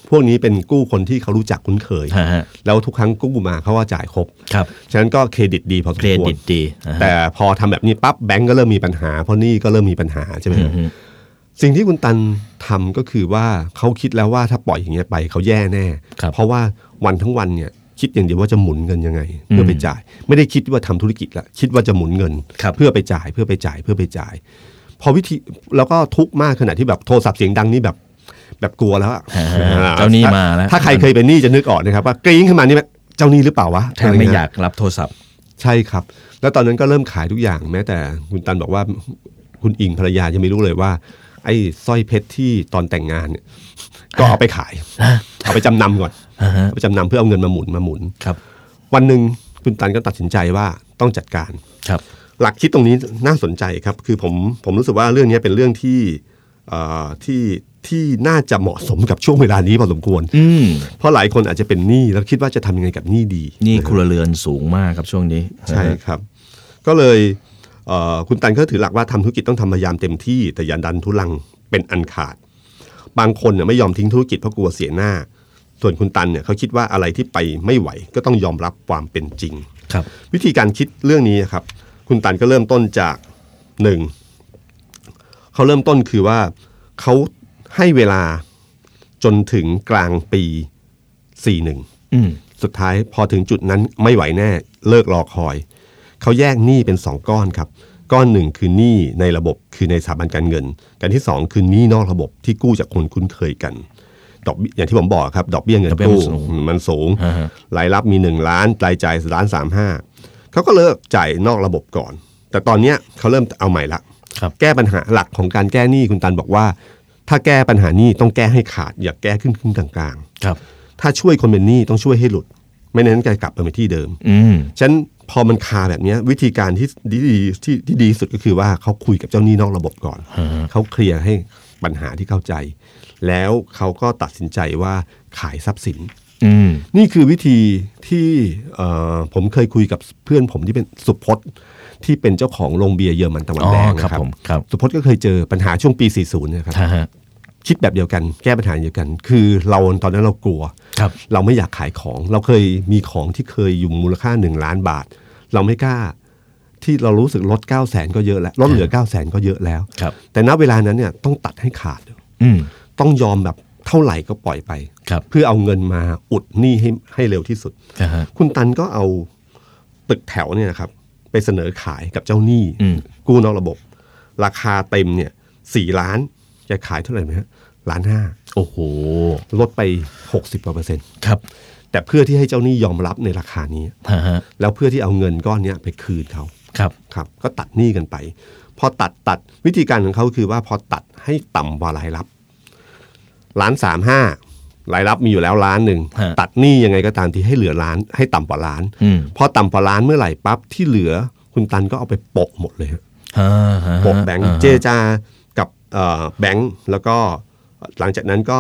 Speaker 5: พวกนี้เป็นกู้คนที่เขารู้จักคุ้นเคย
Speaker 4: ฮะฮะ
Speaker 5: แล้วทุกครั้งกู้มาเขาว่าจ่ายครบ
Speaker 4: ครับ
Speaker 5: ฉะนั้นก็เครดิตดีพอสม
Speaker 4: เคร
Speaker 5: คว
Speaker 4: ดิ
Speaker 5: ร
Speaker 4: ตดีอ่าฮะ
Speaker 5: แต่พอทำแบบนี้ปั๊บแบงก์ก็เริ่มมีปัญหาเพราะหนี่ก็เริ่มมีปัญหาใช่ไหมฮะสิ่งที่คุณตันทำก็คือว่าเขาคิดแล้วว่าถ้าปล่อยอย่างเงี้ยไปเขาแย่แน่
Speaker 4: ครับ
Speaker 5: เพราะว่าวันทั้งวันเนี่ยคิดอย่างเดียวว่าจะหมุนเงินยังไง เพื่อไปจ่าย ไม่ได้คิดว่าทำธุรกิจละคิดว่าจะหมุนเงิน
Speaker 4: ครับ
Speaker 5: เพื่อไปจ่ายเพื่อไปจ่ายเพื่อไปจ่าย พอวิธีแล้วก็ทุกข์มากขณะที่แบบโทรศัพท์เสียงดังนี่แบบ แบบกลัวแล้วอะ
Speaker 4: อ่า
Speaker 5: อ่
Speaker 4: เจ้าหนี้มาแล้ว
Speaker 5: ถ้าใครเคยเป็นหนี้จะนึกออกนะครับว่ากริ้งขึ้นมานี่แบบเจ้าหนี้หรือเปล่าวะ
Speaker 4: แทบไม่อยากรับโทรศัพท์
Speaker 5: ใช่ครับ แล้วตอนนั้นก็เริ่มขายทุกอย่างแม้แต่คุณตันบอกว่าคุณอิงภรรยายังไม่รู้เลยว่า ไอ้สร้อยเพชรที่ตอนแต่งงานเนี่ย ก็เอาไปขายเอาไปจำนำก่อน
Speaker 4: อ่าฮะ
Speaker 5: เอาไปจำนำเพื่อเอาเงินมาหมุนมาหมุน
Speaker 4: ครับ
Speaker 5: วันหนึ่งคุณตันก็ตัดสินใจว่าต้องจัดการ
Speaker 4: ครับ
Speaker 5: หลักคิดตรงนี้น่าสนใจครับ คือผมผมรู้สึกว่าเรื่องนี้เป็นเรื่องที่เอ่อที่ที่น่าจะเหมาะสมกับช่วงเวลานี้พอสมควร
Speaker 4: อืม
Speaker 5: เพราะหลายคนอาจจะเป็นหนี้แล้วคิดว่าจะทำยังไงกับหนี้ดี
Speaker 4: นี่ครัวเรือนสูงมากครับช่วงนี้
Speaker 5: ใช่ครับ ก็เลยเอ่อคุณตันก็ถือหลักว่าทำธุรกิจต้องทำพยายามเต็มที่ แต่อย่าดันทุลังเป็นอันขาด บางคนเนี่ยไม่ยอมทิ้งธุรกิจเพราะกลัวเสียหน้า ส่วนคุณตันเนี่ยเขาคิดว่าอะไรที่ไปไม่ไหวก็ต้องยอมรับความเป็นจริง
Speaker 4: ครับ
Speaker 5: วิธีการคิดเรื่องนี้ครับ คุณตันก็เริ่มต้นจากหนึ่งเขาเริ่มต้นคือว่าเขาให้เวลาจนถึงกลางปี 41
Speaker 4: อืม
Speaker 5: สุดท้ายพอถึงจุดนั้นไม่ไหวแน่เลิกรอคอย เขาแยกหนี้เป็นสองก้อนครับ ก้อนหนึ่งคือหนี้ในระบบคือในสถาบันการเงินกันที่สองคือหนี้นอกระบบที่กู้จากคนคุ้นเคยกันดอกเบี้ยอย่างที่ผมบอกครับ ดอกเบี้ยเงินกู้มันสูง
Speaker 4: อ่าฮะ
Speaker 5: รายรับมี 1 ล้านรายจ่ายล้านสามห้าเขาก็เลิกจ่ายนอกระบบก่อน แต่ตอนเนี้ยเขาเริ่มเอาใหม่ละ
Speaker 4: ครับ
Speaker 5: แก้ปัญหาหลักของการแก้หนี้คุณตันบอกว่า ถ้าแก้ปัญหาหนี้ต้องแก้ให้ขาด อย่าแก้ขึ้นขึ้นกลาง
Speaker 4: ครับ
Speaker 5: ๆ ถ้าช่วยคนเป็นหนี้ต้องช่วยให้หลุด ไม่นั้นจะกลับไปที่เดิม
Speaker 4: อืม
Speaker 5: ฉะนันพอมันคาแบบเนี้ยวิธีการที่ดีที่ที่ดีที่สุดก็คือว่าเขาคุยกับเจ้าหนี้นอกระบบก่อน เขาเคลียร์ให้ปัญหาที่เข้าใจ แล้วเขาก็ตัดสินใจว่าขายทรัพย์สิน
Speaker 4: อืม
Speaker 5: นี่คือวิธีที่เอ่อผมเคยคุยกับเพื่อนผมที่เป็นสุพจน์ที่เป็นเจ้าของโรงเบียร์เยอรมันตะวันแดง
Speaker 4: อ๋อครับ
Speaker 5: นะครับ
Speaker 4: ผมครับ
Speaker 5: สุพจน์ก็เคยเจอปัญหาช่วงปี 40เนยครับ
Speaker 4: ฮะฮะ
Speaker 5: คิดแบบเดียวกันแก้ปัญหาเดียวกัน คือเราตอนนั้นเรากลัว
Speaker 4: ครับ
Speaker 5: เราไม่อยากขายของ เราเคยมีของที่เคยอยู่มูลค่าหนึ่งล้านบาท เราไม่กล้า ที่เรารู้สึกลด9 0 0แสนก็เยอะแล้วลดเหลือ9 0 0แสนก็เยอะแล้ว
Speaker 4: ครับ
Speaker 5: แต่ณเวลานั้นเนี่ยต้องตัดให้ขาด
Speaker 4: อืม
Speaker 5: ต้องยอมแบบเท่าไหร่ก็ปล่อยไป
Speaker 4: ครับ
Speaker 5: เพื่อเอาเงินมาอุดหนี้ให้ให้เร็วที่สุด
Speaker 4: อ่าฮะ
Speaker 5: คุณตันก็เอาตึกแถวเนี่ยนะครับ ไปเสนอขายกับเจ้าหนี้
Speaker 4: อืม
Speaker 5: กู้นอกระบบ ราคาเต็มเนี่ยสี่ล้านจะขายเท่าไหร่ไหมฮะล้านห้า
Speaker 4: โอ้โห
Speaker 5: ลดไปหกสิบกว่าเปอร์เซ็นต์
Speaker 4: ครับ
Speaker 5: แต่เพื่อที่ให้เจ้าหนี้ยอมรับในราคานี้
Speaker 4: ฮะฮะ
Speaker 5: แล้วเพื่อที่เอาเงินก้อนเนี้ยไปคืนเขา
Speaker 4: ครับ
Speaker 5: ครับ ก็ตัดหนี้กันไป พอตัดตัดวิธีการของเขาคือว่าพอตัดให้ต่ำกว่ารายรับล้านสามห้ารายรับมีอยู่แล้วล้านหนึ่ง
Speaker 4: ฮะ
Speaker 5: ตัดหนี้ยังไงก็ตามที่ให้เหลือล้าน ให้ต่ำกว่าล้าน
Speaker 4: อืม
Speaker 5: พอต่ำกว่าล้านเมื่อไหร่ปั๊บที่เหลือคุณตันก็เอาไปโปะหมดเลยฮะ
Speaker 4: ฮะฮะ
Speaker 5: โปะแบงค์
Speaker 4: อ่าฮะ
Speaker 5: เจรจากับเอ่อแบงค์แล้วก็หลังจากนั้นก็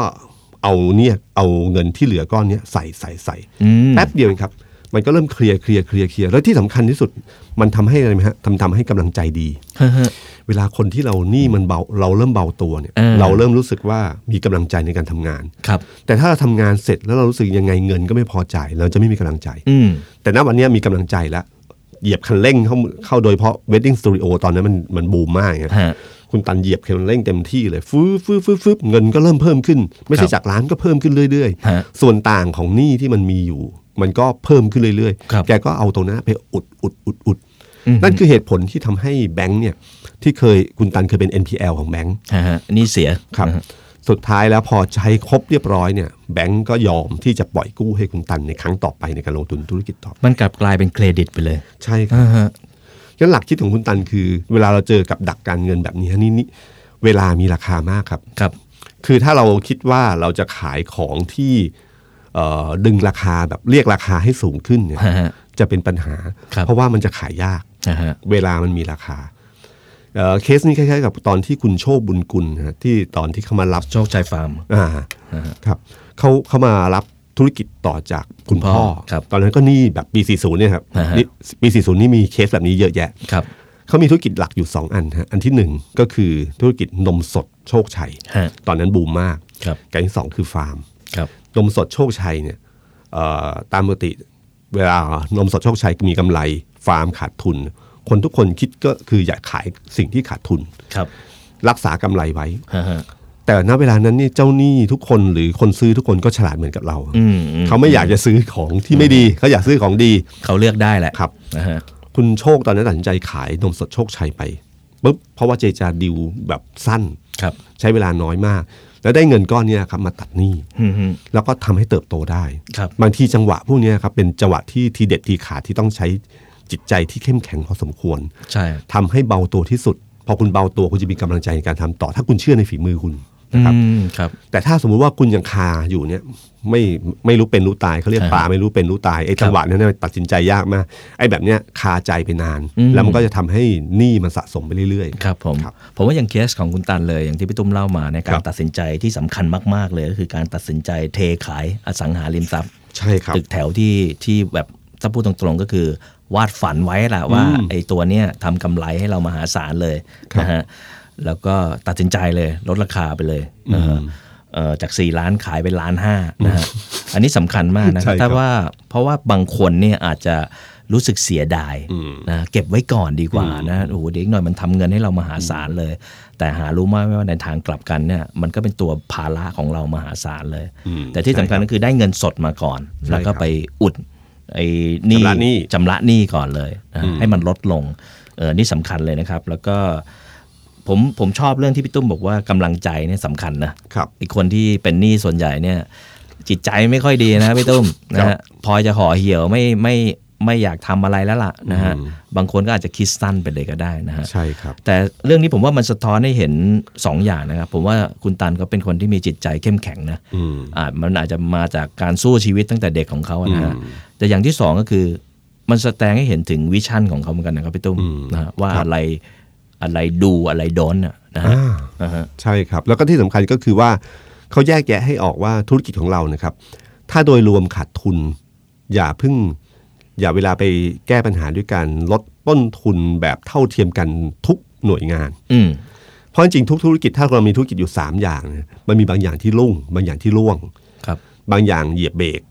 Speaker 5: เอาเนี่ยเอาเงินที่เหลือก้อนเนี้ยใส่ใส่ใส่
Speaker 4: อืม
Speaker 5: แป๊บเดียวเองครับ มันก็เริ่มเคลียร์เคลียร์เคลียร์เคลียร์แล้วที่สำคัญที่สุดมันทำให้อะไรไหมฮะทำทำให้กำลังใจดี
Speaker 4: ฮะฮะ
Speaker 5: เวลาคนที่เราหนี้มันเบาเราเริ่มเบาตัวเนี่ย
Speaker 4: เออ
Speaker 5: เราเริ่มรู้สึกว่ามีกำลังใจในการทำงาน
Speaker 4: ครับ
Speaker 5: แต่ถ้าเราทำงานเสร็จแล้วเรารู้สึกยังไงเงินก็ไม่พอจ่ายเราจะไม่มีกำลังใจ
Speaker 4: อืม
Speaker 5: แต่ณวันเนี้ยมีกำลังใจแล้ว เหยียบคันเร่งเข้าเข้าโดยเฉพราะ Wedding Studio ตอนนั้นมันมันบูมมากไง
Speaker 4: ฮะ
Speaker 5: คุณตันเหยียบคันเร่งเต็มที่เลยฟื้อฟื้อฟื้อฟื้อเงินก็เริ่มเพิ่มขึ้น ไม่
Speaker 4: ค
Speaker 5: ใช่
Speaker 4: รับ
Speaker 5: จากล้านก็เพิ่มขึ้นเรื่อย
Speaker 4: ฮะ
Speaker 5: ๆ ส่วนต่างของหนี้ที่มันมีอยู่ มันก็เพิ่มขึ้นเรื่อย
Speaker 4: ครับ
Speaker 5: ๆ แกก็เอาตรงนั้นไปอุดอุดอุดอุดนั่นคือเหตุผลที่ทำให้แบงค์เนี่ยที่เคยคุณตันเคยเป็น NPL ของแบงค์
Speaker 4: ฮะฮะนี่เสีย
Speaker 5: ครับสุดท้ายแล้วพอใช้ครบเรียบร้อยเนี่ยแบงก์ก็ยอมที่จะปล่อยกู้ให้คุณตันในครั้งต่อไปในการลงทุนธุรกิจต่อไป
Speaker 4: มันกลับกลายเป็นเครดิตไปเลย
Speaker 5: ใช่ครับ
Speaker 4: อ่าฮะ
Speaker 5: งั้นหลักคิดของคุณตันคือ เวลาเราเจอกับดักการเงินแบบนี้นี่นี่เวลามีราคามากครับ
Speaker 4: ครับ
Speaker 5: คือถ้าเราคิดว่าเราจะขายของที่เอ่อดึงราคาแบบเรียกราคาให้สูงขึ้นเนี่ย
Speaker 4: ฮะฮะ
Speaker 5: จะเป็นปัญหา
Speaker 4: ครับ
Speaker 5: เพราะว่ามันจะขายยาก
Speaker 4: นะฮะ
Speaker 5: เวลามันมีราคาเอ่อเคสนี้คล้ายๆ กับตอนที่คุณโชคบุญกุลนะฮะที่ตอนที่เขามารับ
Speaker 4: โชคชัยฟาร์ม
Speaker 5: อ่าครับเขาเขามารับธุรกิจต่อจากคุณพ่อ
Speaker 4: ครับ
Speaker 5: ตอนนั้นก็หนี่แบบปี 40เนี่ยครับ
Speaker 4: อ่าฮะ
Speaker 5: นี่ปี40นี่มีเคสแบบนี้เยอะแยะ
Speaker 4: ครับ
Speaker 5: เขามีธุรกิจหลักอยู่ 2 อันฮะอันที่ 1 ก็คือธุรกิจนมสดโชคชัย
Speaker 4: ฮะ
Speaker 5: ตอนนั้นบูมมาก
Speaker 4: ครับ
Speaker 5: กับอันที่ 2 คือฟาร์ม
Speaker 4: ครับ
Speaker 5: นมสดโชคชัยเนี่ยเอ่อตามปกติเวลานมสดโชคชัยมีกำไร ฟาร์มขาดทุน คนทุกคนคิดก็คืออยากขายสิ่งที่ขาดทุน
Speaker 4: ครับ
Speaker 5: รักษากำไรไว้
Speaker 4: ฮะฮะ
Speaker 5: แต่ณเวลานั้นนี่เจ้าหนี้ทุกคนหรือคนซื้อทุกคนก็ฉลาดเหมือนกับเรา
Speaker 4: อืมอืม
Speaker 5: เขาไม่อยากจะซื้อของที่ไม่ดีเขาอยากซื้อของดี
Speaker 4: เขาเลือกได้แหละ
Speaker 5: ครับ
Speaker 4: นะฮะ
Speaker 5: คุณโชคตอนนั้นตัดสินใจขายนมสดโชคชัยไปปุ๊บเพราะว่าเจรจาดิวแบบสั้น
Speaker 4: ครับ
Speaker 5: ใช้เวลาน้อยมาก แล้วได้เงินก้อนเนี้ยครับมาตัดหนี้
Speaker 4: อืมฮึ
Speaker 5: แล้วก็ทำให้เติบโตได้
Speaker 4: ครับ
Speaker 5: บางทีจังหวะพวกเนี้ยครับเป็นจังหวะที่ทีเด็ดทีขาดที่ต้องใช้จิตใจที่เข้มแข็งพอสมควร
Speaker 4: ใช่
Speaker 5: ทำให้เบาตัวที่สุด พอคุณเบาตัวคุณจะมีกำลังใจในการทำต่อ ถ้าคุณเชื่อในฝีมือคุณนะครับ
Speaker 4: อืมครับ
Speaker 5: แต่ถ้าสมมุติว่าคุณยังคาอยู่เนี่ยไม่ไม่รู้เป็นรู้ตายเขาเรียก
Speaker 4: ครับ
Speaker 5: ปลาไม่รู้เป็นรู้ตายไอ้จังหวะนั้นเนยตัดสินใจยากมากไอ้แบบเนี้ยคาใจไปนาน
Speaker 4: อืม
Speaker 5: แล้วมันก็จะทำให้หนี้มันสะสมไปเรื่อย
Speaker 4: ครับผม
Speaker 5: ครับ
Speaker 4: ผมว่าอย่างเคสของคุณตันเลยอย่างที่พี่ตุ้มเล่ามาในยกา
Speaker 5: ครั
Speaker 4: ร
Speaker 5: บ
Speaker 4: ตัดสินใจที่สำคัญมากๆเลยก็คือการตัดสินใจเทขายอสังหาริมทรัพย์
Speaker 5: ใช่ครับ
Speaker 4: ตึกแถวที่ที่แบบถ้าพูดตรงๆก็คือ วาดฝันไว้แหละว่าไอ้ตัวเนี้ยทำกำไรให้เรามหาศาลเลยนะฮะแล้วก็ตัดสินใจเลยลดราคาไปเลยนะฮะเอ่อจาก 4 ล้านขายเป็นล้านห้านะ ฮะอันนี้สำคัญมากนะค
Speaker 5: ใช่
Speaker 4: รับ
Speaker 5: ครับ
Speaker 4: ถ้าว่าเพราะว่าบางคนเนี่ยอาจจะรู้สึกเสียดายนะเก็บไว้ก่อนดีกว่านะโอ้โหเดี๋ยวอีกหน่อยมันทำเงินให้เรามหาศาลเลย แต่หารู้ไหมว่าในทางกลับกันเนี่ยมันก็เป็นตัวภาระของเรามหาศาลเลย แต่ที่สำคัญก็คือได้เงินสดมาก่อน แล้วก็ไปอุดไอ้หนี่
Speaker 5: ชำระหนี้
Speaker 4: จำระหนี้ก่อนเลยนะให้มันลดลงเออนี่สำคัญเลยนะครับ แล้วก็ผมผมชอบเรื่องที่พี่ตุ้มบอกว่ากำลังใจเนี่ยสำคัญนะครับ ไอีกคนที่เป็นหนี้ส่วนใหญ่เนี่ย จิตใจไม่ค่อยดีนะพี่ตุ้มนะฮะพอจะห่อเหี่ยวไม่ไม่ไม่อยากทำอะไรแล้วล่ะนะฮะบางคนก็อาจจะคิดสั้นไปเลยก็ได้นะฮะ
Speaker 5: ใช่ครับ
Speaker 4: แต่เรื่องนี้ผมว่ามันสะท้อนให้เห็น 2 อย่างนะครับ ผมว่าคุณตันก็เป็นคนที่มีจิตใจเข้มแข็งนะ
Speaker 5: อืม
Speaker 4: อ่ามันอาจจะมาจากการสู้ชีวิตตั้งแต่เด็กของเขาอะนะฮะแต่อย่างที่ 2 ก็คือ มันแสดงให้เห็นถึงวิชั่นของเขาเหมือนกันนะครับพี่ตุ้มนะฮะว่าอะไรอะไรดูอะไรโดนอะนะฮะ
Speaker 5: อ่า
Speaker 4: นะฮะ
Speaker 5: ใช่ครับ แล้วก็ที่สำคัญก็คือว่าเขาแยกแยะให้ออกว่าธุรกิจของเรานะครับ ถ้าโดยรวมขาดทุน อย่าเพึ่ง อย่าเวลาไปแก้ปัญหาด้วยการลดต้นทุนแบบเท่าเทียมกันทุกหน่วยงาน
Speaker 4: อืม
Speaker 5: เพราะจริงๆทุกธุรกิจถ้าเรามีธุรกิจอยู่ 3 อย่างเนี่ยมันมีบางอย่างที่รุ่ง บางอย่างที่ร่วง
Speaker 4: ครับ
Speaker 5: บางอย่างเหยียบเบรก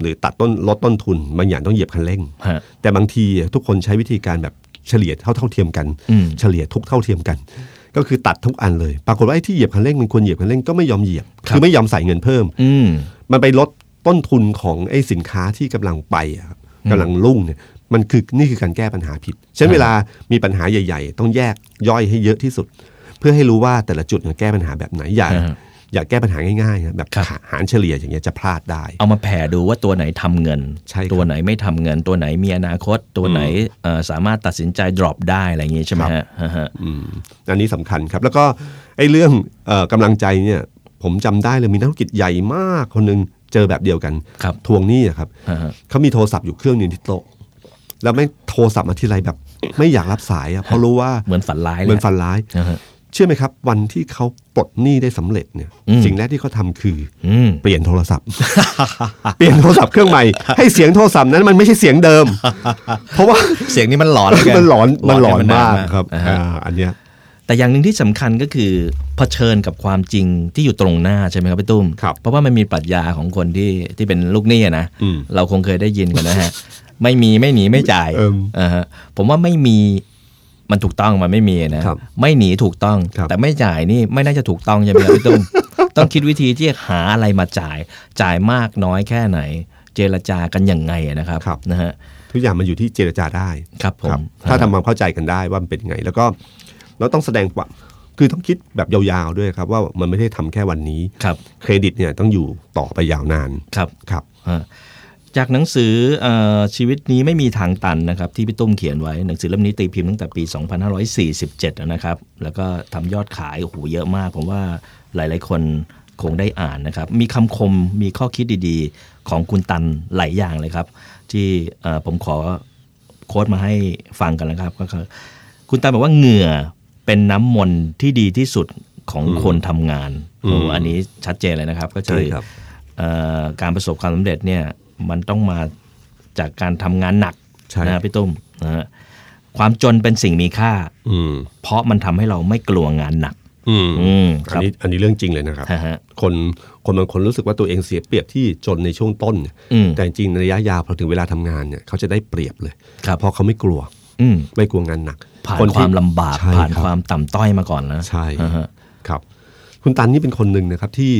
Speaker 5: หรือตัดต้นลดต้นทุน บางอย่างต้องเหยียบคันเร่ง
Speaker 4: ฮะ
Speaker 5: แต่บางทีทุกคนใช้วิธีการแบบเฉลี่ยเท่าเท่าเทียมกัน
Speaker 4: อืม
Speaker 5: เฉลี่ยทุกเท่าเทียมกัน ก็คือตัดทุกอันเลย ปรากฏว่าไอ้ที่เหยียบคันเร่งมันควรเหยียบคันเร่งก็ไม่ยอมเหยียบ คือไม่ยอมใส่เงินเพิ่ม
Speaker 4: อืม
Speaker 5: มันไปลดต้นทุนของไอ้สินค้าที่กำลังไปอะครับกำลังรุ่งเนี่ยมันคือนี่คือการแก้ปัญหาผิดฉะนั้นเวลามีปัญหาใหญ่ ๆ ต้องแยกย่อยให้เยอะที่สุด เพื่อให้รู้ว่าแต่ละจุดเนี่ยแก้ปัญหาแบบไหนอย่า
Speaker 4: อ่าฮะ
Speaker 5: อย่าแก้ปัญหาง่ายๆนะแบบ
Speaker 4: ครับ
Speaker 5: หารเฉลี่ยอย่างเงี้ยจะพลาดได้
Speaker 4: เอามาแผ่ดูว่าตัวไหนทำเงิน
Speaker 5: ใช่ครับ
Speaker 4: ตัวไหนไม่ทำเงิน ตัวไหนมีอนาคต ตัวไหนเอ่อสามารถตัดสินใจ drop ได้อะไรอย่างงี้ใช่ไหม
Speaker 5: ครับ
Speaker 4: ฮะฮะฮะ
Speaker 5: อืมอันนี้สำคัญครับ แล้วก็ไอ้เรื่องเออกำลังใจเนี่ยผมจำได้เลยมีนักธุรกิจใหญ่มากคนหนึงเจอแบบเดียวกัน
Speaker 4: ครับ
Speaker 5: ทวงหนี้อะครับ
Speaker 4: ฮะฮะ
Speaker 5: เขามีโทรศัพท์อยู่เครื่องหนึงที่โต๊ะแล้วไม่งโทรศัพท์มาทีไรแบบ ไม่อยากรับสายอะเพราะรู้ว่า
Speaker 4: เหมือนฝันร้ายลย
Speaker 5: เหมือนฝันร้าย
Speaker 4: นะฮะ
Speaker 5: เชื่อไหมครับ วันที่เขาปลดหนี้ได้สำเร็จเนี่ย
Speaker 4: อืม
Speaker 5: สิ่งแรกที่เขาทำคือ
Speaker 4: อืม
Speaker 5: เปลี่ยนโทรศัพท์ เปลี่ยนโทรศัพท์เครื่องใหม่ให้เสียงโทรศัพท์นั้นมันไม่ใช่เสียงเดิม เพราะว่า
Speaker 4: เสียงนี้มันหลอนเหลือเกิ
Speaker 5: มันหลอนมันหลอน
Speaker 4: กั
Speaker 5: มากครับ
Speaker 4: นะฮะ
Speaker 5: อ่าอันเนี้ย
Speaker 4: แต่อย่างหนึ่งที่สำคัญก็คือเผชิญกับความจริงที่อยู่ตรงหน้าใช่ไหมครับพี่ตุ้ม
Speaker 5: ครับ
Speaker 4: เพราะว่ามันมีปรัชญาของคนที่ที่เป็นลูกหนี้อะนะ
Speaker 5: อืม
Speaker 4: เราคงเคยได้ยินกันนะฮะ ไม่มีไม่หนีไม่จ่าย
Speaker 5: เอิ่ม
Speaker 4: อ่าฮะผมว่าไม่มีมันถูกต้องมันไม่มีนะ
Speaker 5: ครับ
Speaker 4: ไม่หนีถูกต้อง
Speaker 5: ครับ
Speaker 4: แต่ไม่จ่ายนี่ไม่น่าจะถูกต้องใช่ไหมครับพี่ตุ้ม ต้องคิดวิธีที่จะหาอะไรมาจ่าย จ่ายมากน้อยแค่ไหน เจรจากันยังไงอะนะครับ
Speaker 5: ครับ
Speaker 4: นะฮะ
Speaker 5: ทุกอย่างมันอยู่ที่เจรจาได้
Speaker 4: ครับผม
Speaker 5: ถ้าทำความเข้าใจกันได้ว่ามันเป็นยังไง แล้วก็เราต้องแสดงความคือต้องคิดแบบยาวๆด้วยครับ ว่ามันไม่ได้ทำแค่วันนี้
Speaker 4: ครับ
Speaker 5: เครดิตเนี่ยต้องอยู่ต่อไปยาวนาน
Speaker 4: ครับ
Speaker 5: ครับ
Speaker 4: ฮะจากหนังสือเออชีวิตนี้ไม่มีทางตันนะครับที่พี่ตุ้มเขียนไว้หนังสือเล่มนี้ตีพิมพ์ตั้งแต่ปี 2547 แล้วนะครับ แล้วก็ทำยอดขายโอ้โหเยอะมาก ผมว่าหลายๆคนคงได้อ่านนะครับ มีคำคมมีข้อคิดดีๆ ของคุณตันหลายอย่างเลยครับ จ ที่เอ่อผมขอโค้ดมาให้ฟังกันนะครับก็คือคุณตาบอกว่าเหงื่อเป็นน้ำมนต์ที่ดีที่สุดของคนทำงานโอ้อันนี้ชัดเจนเลยนะครับ ก็คือ
Speaker 5: ใช่ครับ
Speaker 4: เอ่อการประสบความสำเร็จเนี่ยมันต้องมาจากการทำงานหนัก
Speaker 5: ใช่
Speaker 4: นะพี่ตุ้มนะฮะความจนเป็นสิ่งมีค่า
Speaker 5: อืม
Speaker 4: เพราะมันทำให้เราไม่กลัวงานหนัก
Speaker 5: อืม
Speaker 4: อืมค
Speaker 5: อัน
Speaker 4: รับ
Speaker 5: นี้อันนี้เรื่องจริงเลยนะครับ
Speaker 4: ฮะฮะ
Speaker 5: คนคนบางคนรู้สึกว่าตัวเองเสียเปรียบที่จนในช่วงต้นเนี่ย
Speaker 4: อืม
Speaker 5: แต่จริงๆในระยะยาวพอถึงเวลาทำงานเนี่ยเขาจะได้เปรียบเลย
Speaker 4: ครับ
Speaker 5: เพราะเขาไม่กลัว
Speaker 4: อืม
Speaker 5: ไม่กลัวงานหนัก
Speaker 4: ผ่าน
Speaker 5: ที่
Speaker 4: ความลำบาก
Speaker 5: ใช่
Speaker 4: ผ่าน
Speaker 5: รับ
Speaker 4: ความต่ำต้อยมาก่อนแล้ว
Speaker 5: ใช่
Speaker 4: อ่าฮะ
Speaker 5: ครับ คุณตันนี่เป็นคนหนึ่งนะครับที่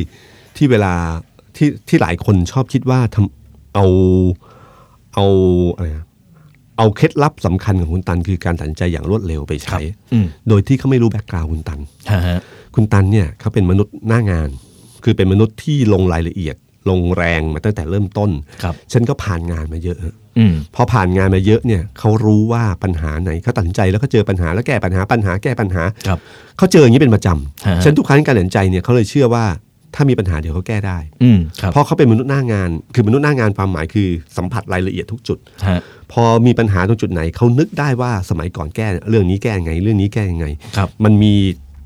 Speaker 5: ที่เวลาที่ที่หลายคนชอบคิดว่าทำเอาเอาอะไรนะเอาเคล็ดลับสำคัญของคุณตันคือการตัดสินใจอย่างรวดเร็วไป
Speaker 4: ครั
Speaker 5: ใช้
Speaker 4: บอืม
Speaker 5: โดยที่เขาไม่รู้แบ็กกราวคุณตัน
Speaker 4: อ่าฮะ
Speaker 5: คุณตันเนี่ยเขาเป็นมนุษย์หน้างาน คือเป็นมนุษย์ที่ลงรายละเอียด ลงแรงมาตั้งแต่เริ่มต้น
Speaker 4: ครับ
Speaker 5: ฉันก็ผ่านงานมาเยอะ
Speaker 4: อืม
Speaker 5: พอผ่านงานมาเยอะเนี่ยเขารู้ว่าปัญหาไหนเขาตัดสินใจแล้วก็เจอปัญหาแล้วแก้ปัญหาปัญหาแก้ปัญหา
Speaker 4: ครับ
Speaker 5: เขาเจออย่างนี้เป็นประจ
Speaker 4: ฮะ
Speaker 5: ำฉะนันทุกครั้งการตัดสินใจเนี่ยเขาเลยเชื่อว่าถ้ามีปัญหาเดี๋ยวเขาแก้ได้
Speaker 4: อืมครับ
Speaker 5: เพราะเขาเป็นมนุษย์หน้างาน คือมนุษย์หน้างานความหมายคือสัมผัสรายละเอียดทุกจุด
Speaker 4: ฮะ
Speaker 5: พอมีปัญหาตรงจุดไหนเขานึกได้ว่าสมัยก่อนแก้เรื่องนี้แก้ยังไง เรื่องนี้แก้ยังไง
Speaker 4: ครับ
Speaker 5: มันมี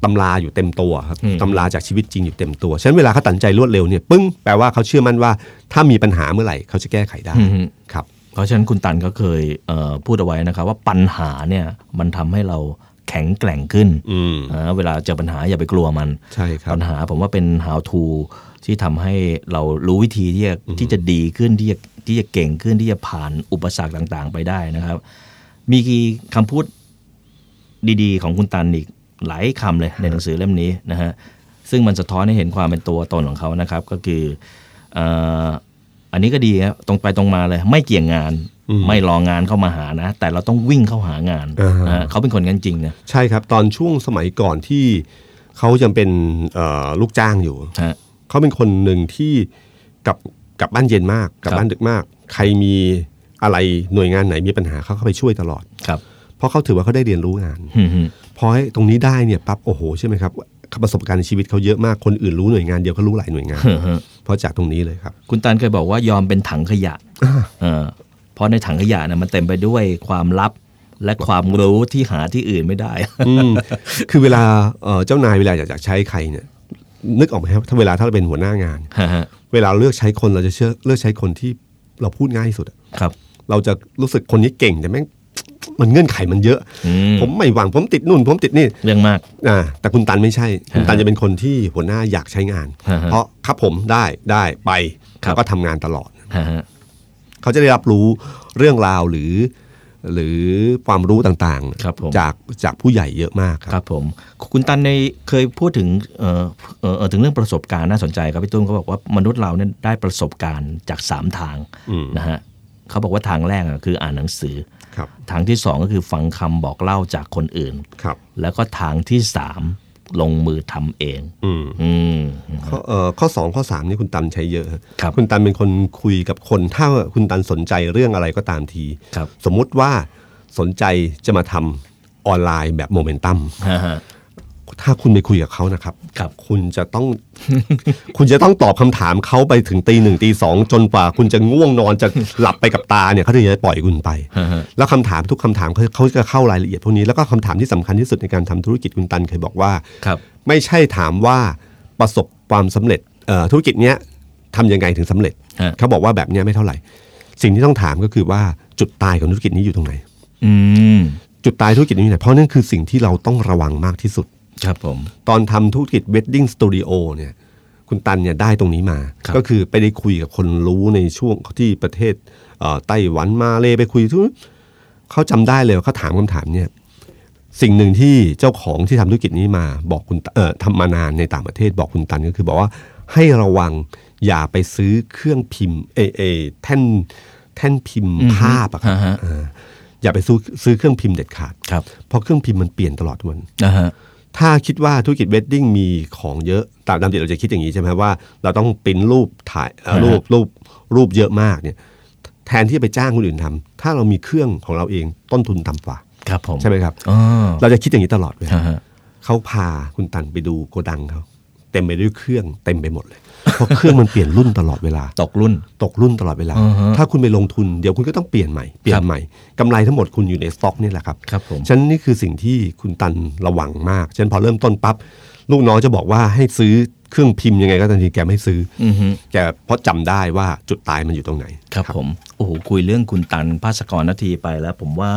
Speaker 5: ตำราอยู่เต็มตัวครับ
Speaker 4: อืม
Speaker 5: ตำราจากชีวิตจริงอยู่เต็มตัวฉะนั้นเวลาเขาตัดสินใจรวดเร็วเนี่ยปึ้งแปลว่าเขาเชื่อมั่นว่าถ้ามีปัญหาเมื่อไหร่เขาจะแก้ไขได้
Speaker 4: อืม
Speaker 5: ครับ
Speaker 4: เพราะฉะนั้นคุณตันก็เคยเอ่อพูดเอาไว้นะครับ ว่าปัญหาเนี่ยมันทำให้เราแข็งแกร่งขึ้น
Speaker 5: อืม
Speaker 4: อ่าเวลาเจอปัญหาอย่าไปกลัวมัน
Speaker 5: ใช่ครับ
Speaker 4: ปัญหาผมว่าเป็น how to ที่ทำให้เรารู้วิธีที่จะที่จะดีขึ้นที่จะที่จะเก่งขึ้นที่จะผ่านอุปสรรคต่างๆ ไปได้นะครับ มีกี่คำพูดดีๆ ของคุณตันอีกหลายคำเลยในหนังสือเล่มนี้นะฮะซึ่งมันสะท้อนให้เห็นความเป็นตัวตนของเขานะครับ ก็คือเอ่ออันนี้ก็ดีครับตรงไปตรงมาเลย ไม่เกี่ยงงาน ไม่รองานเข้ามาหานะ แต่เราต้องวิ่งเข้าหางาน
Speaker 5: อ่าฮะ
Speaker 4: นะฮะเขาเป็นคนงั้นจริงนะ
Speaker 5: ใช่ครับ ตอนช่วงสมัยก่อนที่เขายังเป็นเอ่อลูกจ้างอยู่
Speaker 4: ฮะ
Speaker 5: เขาเป็นคนหนึ่งที่กลับกลับบ้านเย็นมากกลับ
Speaker 4: ครับ
Speaker 5: บ้านดึกมาก ใครมีอะไรหน่วยงานไหนมีปัญหาเขาเข้าไปช่วยตลอด
Speaker 4: ครับ
Speaker 5: เพราะเขาถือว่าเขาได้เรียนรู้งาน
Speaker 4: อืม
Speaker 5: พอให้ตรงนี้ได้เนี่ยปั๊บโอ้โหใช่ไหมครับประสบการณ์ในชีวิตเขาเยอะมากคนอื่นรู้หน่วยงานเดียวเขารู้หลายหน่วยงาน เพราะจากตรงนี้เลยครับ
Speaker 4: คุณตันเคยบอกว่ายอมเป็นถังขยะ เออเพราะในถังขยะนะมันเต็มไปด้วยความลับและความรู้ที่หาที่อื่นไม่ได้
Speaker 5: อืมคือเวลาเอ่อเจ้านายเวลาอยากจะใช้ใครเนี่ยนึกออกไหมครับถ้าเวลาถ้าเราเป็นหัวหน้างาน เวลาเลือกใช้คนเราจะเชื่อเลือกใช้คนที่เราพูดง่ายที่สุดอะ
Speaker 4: ครับ
Speaker 5: เราจะรู้สึกคนนี้เก่งแต่แม่ง มันเงื่อนไขมันเยอะ
Speaker 4: อืม
Speaker 5: ผมไม่หวังผมติดนู่น ผมติดนี่
Speaker 4: เรื่องมาก
Speaker 5: อ่าแต่คุณตันไม่ใช่ คุณตันจะเป็นคนที่หัวหน้าอยากใช้งาน
Speaker 4: ฮะฮะ
Speaker 5: เพราะครับผมได้ได้ไป
Speaker 4: ครับ
Speaker 5: แล้วก็ทำงานตลอด
Speaker 4: ฮะฮะ
Speaker 5: เขาจะได้รับรู้เรื่องราวหรือ หรือความรู้ต่าง
Speaker 4: ครับผม
Speaker 5: จากจากผู้ใหญ่เยอะมากค
Speaker 4: ค
Speaker 5: รั
Speaker 4: รับ บผมคุณตันในเคยพูดถึงเอ่อเอ่อเอ่อถึงเรื่องประสบการณ์น่าสนใจครับพี่ตุ้มเขาบอกว่ามนุษย์เราเนี่ยได้ประสบการณ์จาก 3 ทางนะฮะเขาบอกว่าทางแรกอะคืออ่านหนังสือ
Speaker 5: ครับ
Speaker 4: ทางที่ 2 ก็คือฟังคำบอกเล่าจากคนอื่น
Speaker 5: ครับ
Speaker 4: แล้วก็ทางที่ 3 ลงมือทำเอง
Speaker 5: อืม
Speaker 4: อืม
Speaker 5: ข้อเอ่อข้อสองข้อสามนี่คุณตันใช้เยอะ
Speaker 4: ครับ
Speaker 5: ณตันเป็นคนคุยกับคนถ้าคุณตันสนใจเรื่องอะไรก็ตามที
Speaker 4: ครับ
Speaker 5: สมมุติว่าสนใจจะมาทำออนไลน์แบบโมเมนตัม
Speaker 4: ฮะฮะ
Speaker 5: ถ้าคุณไปคุยกับเขานะครับ
Speaker 4: ครับ
Speaker 5: คุณจะต้อง คุณจะต้องตอบคำถามเขาไปถึงตีหนึ่งตีสองจนกว่า คุณจะง่วงนอนจะหลับไปกับตาเนี่ยเขาถึงจะปล่อยคุณไป
Speaker 4: ฮะฮะ
Speaker 5: แล้วคำถามทุกคำถามเขาเขาจะเข้ารายละเอียดพวกนี้แล้วก็คำถามที่สำคัญที่สุดในการทำธุรกิจคุณตันเคยบอกว่า
Speaker 4: ครับ
Speaker 5: ไม่ใช่ถามว่าประสบความสำเร็จเอ่อธุรกิจเนี้ยทำยังไงถึงสำเร็จ
Speaker 4: ฮะ
Speaker 5: เขาบอกว่าแบบเนี้ยไม่เท่าไหร่ สิ่งที่ต้องถามก็คือว่าจุดตายของธุรกิจนี้อยู่ตรงไหน
Speaker 4: อืม
Speaker 5: จุดตายธุรกิจนี้อยู่ไหนเพราะนั่นคือสิ่งที่เราต้องระวังมากที่สุด
Speaker 4: ครับผม
Speaker 5: ตอนทำธุรกิจ Wedding Studio เนี่ยคุณตันเนี่ยได้ตรงนี้มา
Speaker 4: ครับ
Speaker 5: ก็คือไปได้คุยกับคนรู้ในช่วงที่ประเทศเอ่อไต้หวันมาเลยไปคุยทุกเขาจำได้เลยว่าเขาถามคำถามเนี่ยสิ่งหนึ่งที่เจ้าของที่ทำธุรกิจนี้มาบอกคุณเอ่อทำมานานในต่างประเทศบอกคุณตันก็คือบอกว่าให้ระวังอย่าไปซื้อเครื่องพิมพ์เอเอแท่นแท่นพิมพ์ภาพอะครับ
Speaker 4: อ่าฮะ
Speaker 5: เอออย่าไปซื้อซื้อเครื่องพิมพ์เด็ดขาด
Speaker 4: ครับ
Speaker 5: เพราะเครื่องพิมพ์มันเปลี่ยนตลอดทุกวัน
Speaker 4: นะฮะ
Speaker 5: ถ้าคิดว่าธุรกิจเวดดิ้งมีของเยอะตามตามจิตเราจะคิดอย่างนี้ใช่ไหมว่าเราต้องปริ้นรูปถ่ายเอ่อ
Speaker 4: อ่าฮะ
Speaker 5: รูปรูปรูปเยอะมากเนี่ยแทนที่จะไปจ้างคนอื่นทำถ้าเรามีเครื่องของเราเองต้นทุนต่ำกว่า
Speaker 4: ครับผม
Speaker 5: ใช่ไหมครับ
Speaker 4: อ๋อ
Speaker 5: เราจะคิดอย่างนี้ตลอดเลย
Speaker 4: ฮะฮะ
Speaker 5: เขาพาคุณตันไปดูโกดังเขา เต็มไปด้วยเครื่องเต็มไปหมดเลยเพราะเครื่องมันเปลี่ยนรุ่นตลอดเวลา
Speaker 4: ตกรุ่น
Speaker 5: ตกรุ่นตลอดเวลา
Speaker 4: อือฮะ
Speaker 5: ถ้าคุณไปลงทุนเดี๋ยวคุณก็ต้องเปลี่ยนใหม่ เปลี่ยนใหม่กำไรทั้งหมดคุณอยู่ในสต็อกนี่แหละครับ
Speaker 4: ครับผม
Speaker 5: ฉะนันนี่คือสิ่งที่คุณตันระวังมาก ฉะนันพอเริ่มต้นปั๊บลูกน้องจะบอกว่าให้ซื้อเครื่องพิมพ์ยังไงก็ตามทีแกไม่ซื้ออ
Speaker 4: อฮึ
Speaker 5: แกเพราะจำได้ว่าจุดตายมันอยู่ตรงไหน
Speaker 4: ครับผม โอ้โห คุยเรื่องคุณตันภาสกรนาทีไปแล้ว ผมว่า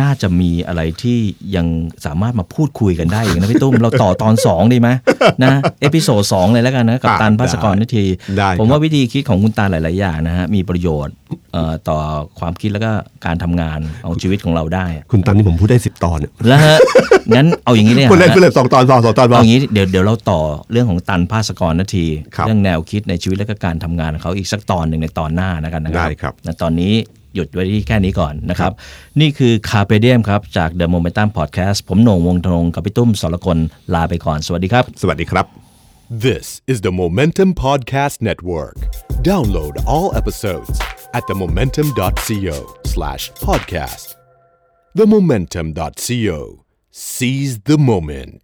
Speaker 4: น่าจะมีอะไรที่ยังสามารถมาพูดคุยกันได้อีกนะพี่ตุ้ม เราต่อตอน 2 ดีไหมนะเอพิโซดสองเลยแล้วกันนะ กับ
Speaker 5: อ่ะ
Speaker 4: ตันภาสกรนาที
Speaker 5: ได้ครับ
Speaker 4: ผมว่าวิธีคิดของคุณตาหลาย ๆ อย่างนะฮะ มีประโยชน์เอ่อต่อความคิดแล้วก็การทำงานของชีวิตของเราได้
Speaker 5: คุณตันนี่ผมพูดได้สิบตอนเนี่ย
Speaker 4: แล้วฮะ งั้นเอาอย่างนี้เลย
Speaker 5: คุณเล่น
Speaker 4: ฮะ
Speaker 5: คุณเล่นสองตอนสองสองตอน
Speaker 4: เอา
Speaker 5: บ้าง
Speaker 4: อย่างนี้เดี๋ยวเดี๋ยวเราต่อเรื่องของตันภาสกรนาที
Speaker 5: ครับ
Speaker 4: เรื่องแนวคิดในชีวิตและก็การทำงานของเขาอีกสักตอนหนึ่งในตอนหน้านะกันนะครั
Speaker 5: ได้ครับ
Speaker 4: นะตอนนี้หยุดไว้ที่แค่นี้ก่อนนะครับ นี่คือคาเปเดียมครับ จาก The Momentum Podcast ผมโหน่งวงธนงกับพี่ตุ้มสรกลลาไปก่อนสวัสดีครับ
Speaker 5: สวัสดีครับ
Speaker 1: This is the Momentum Podcast Network. Download all episodes at themomentum.co slash podcast. Themomentum.co. Seize the moment.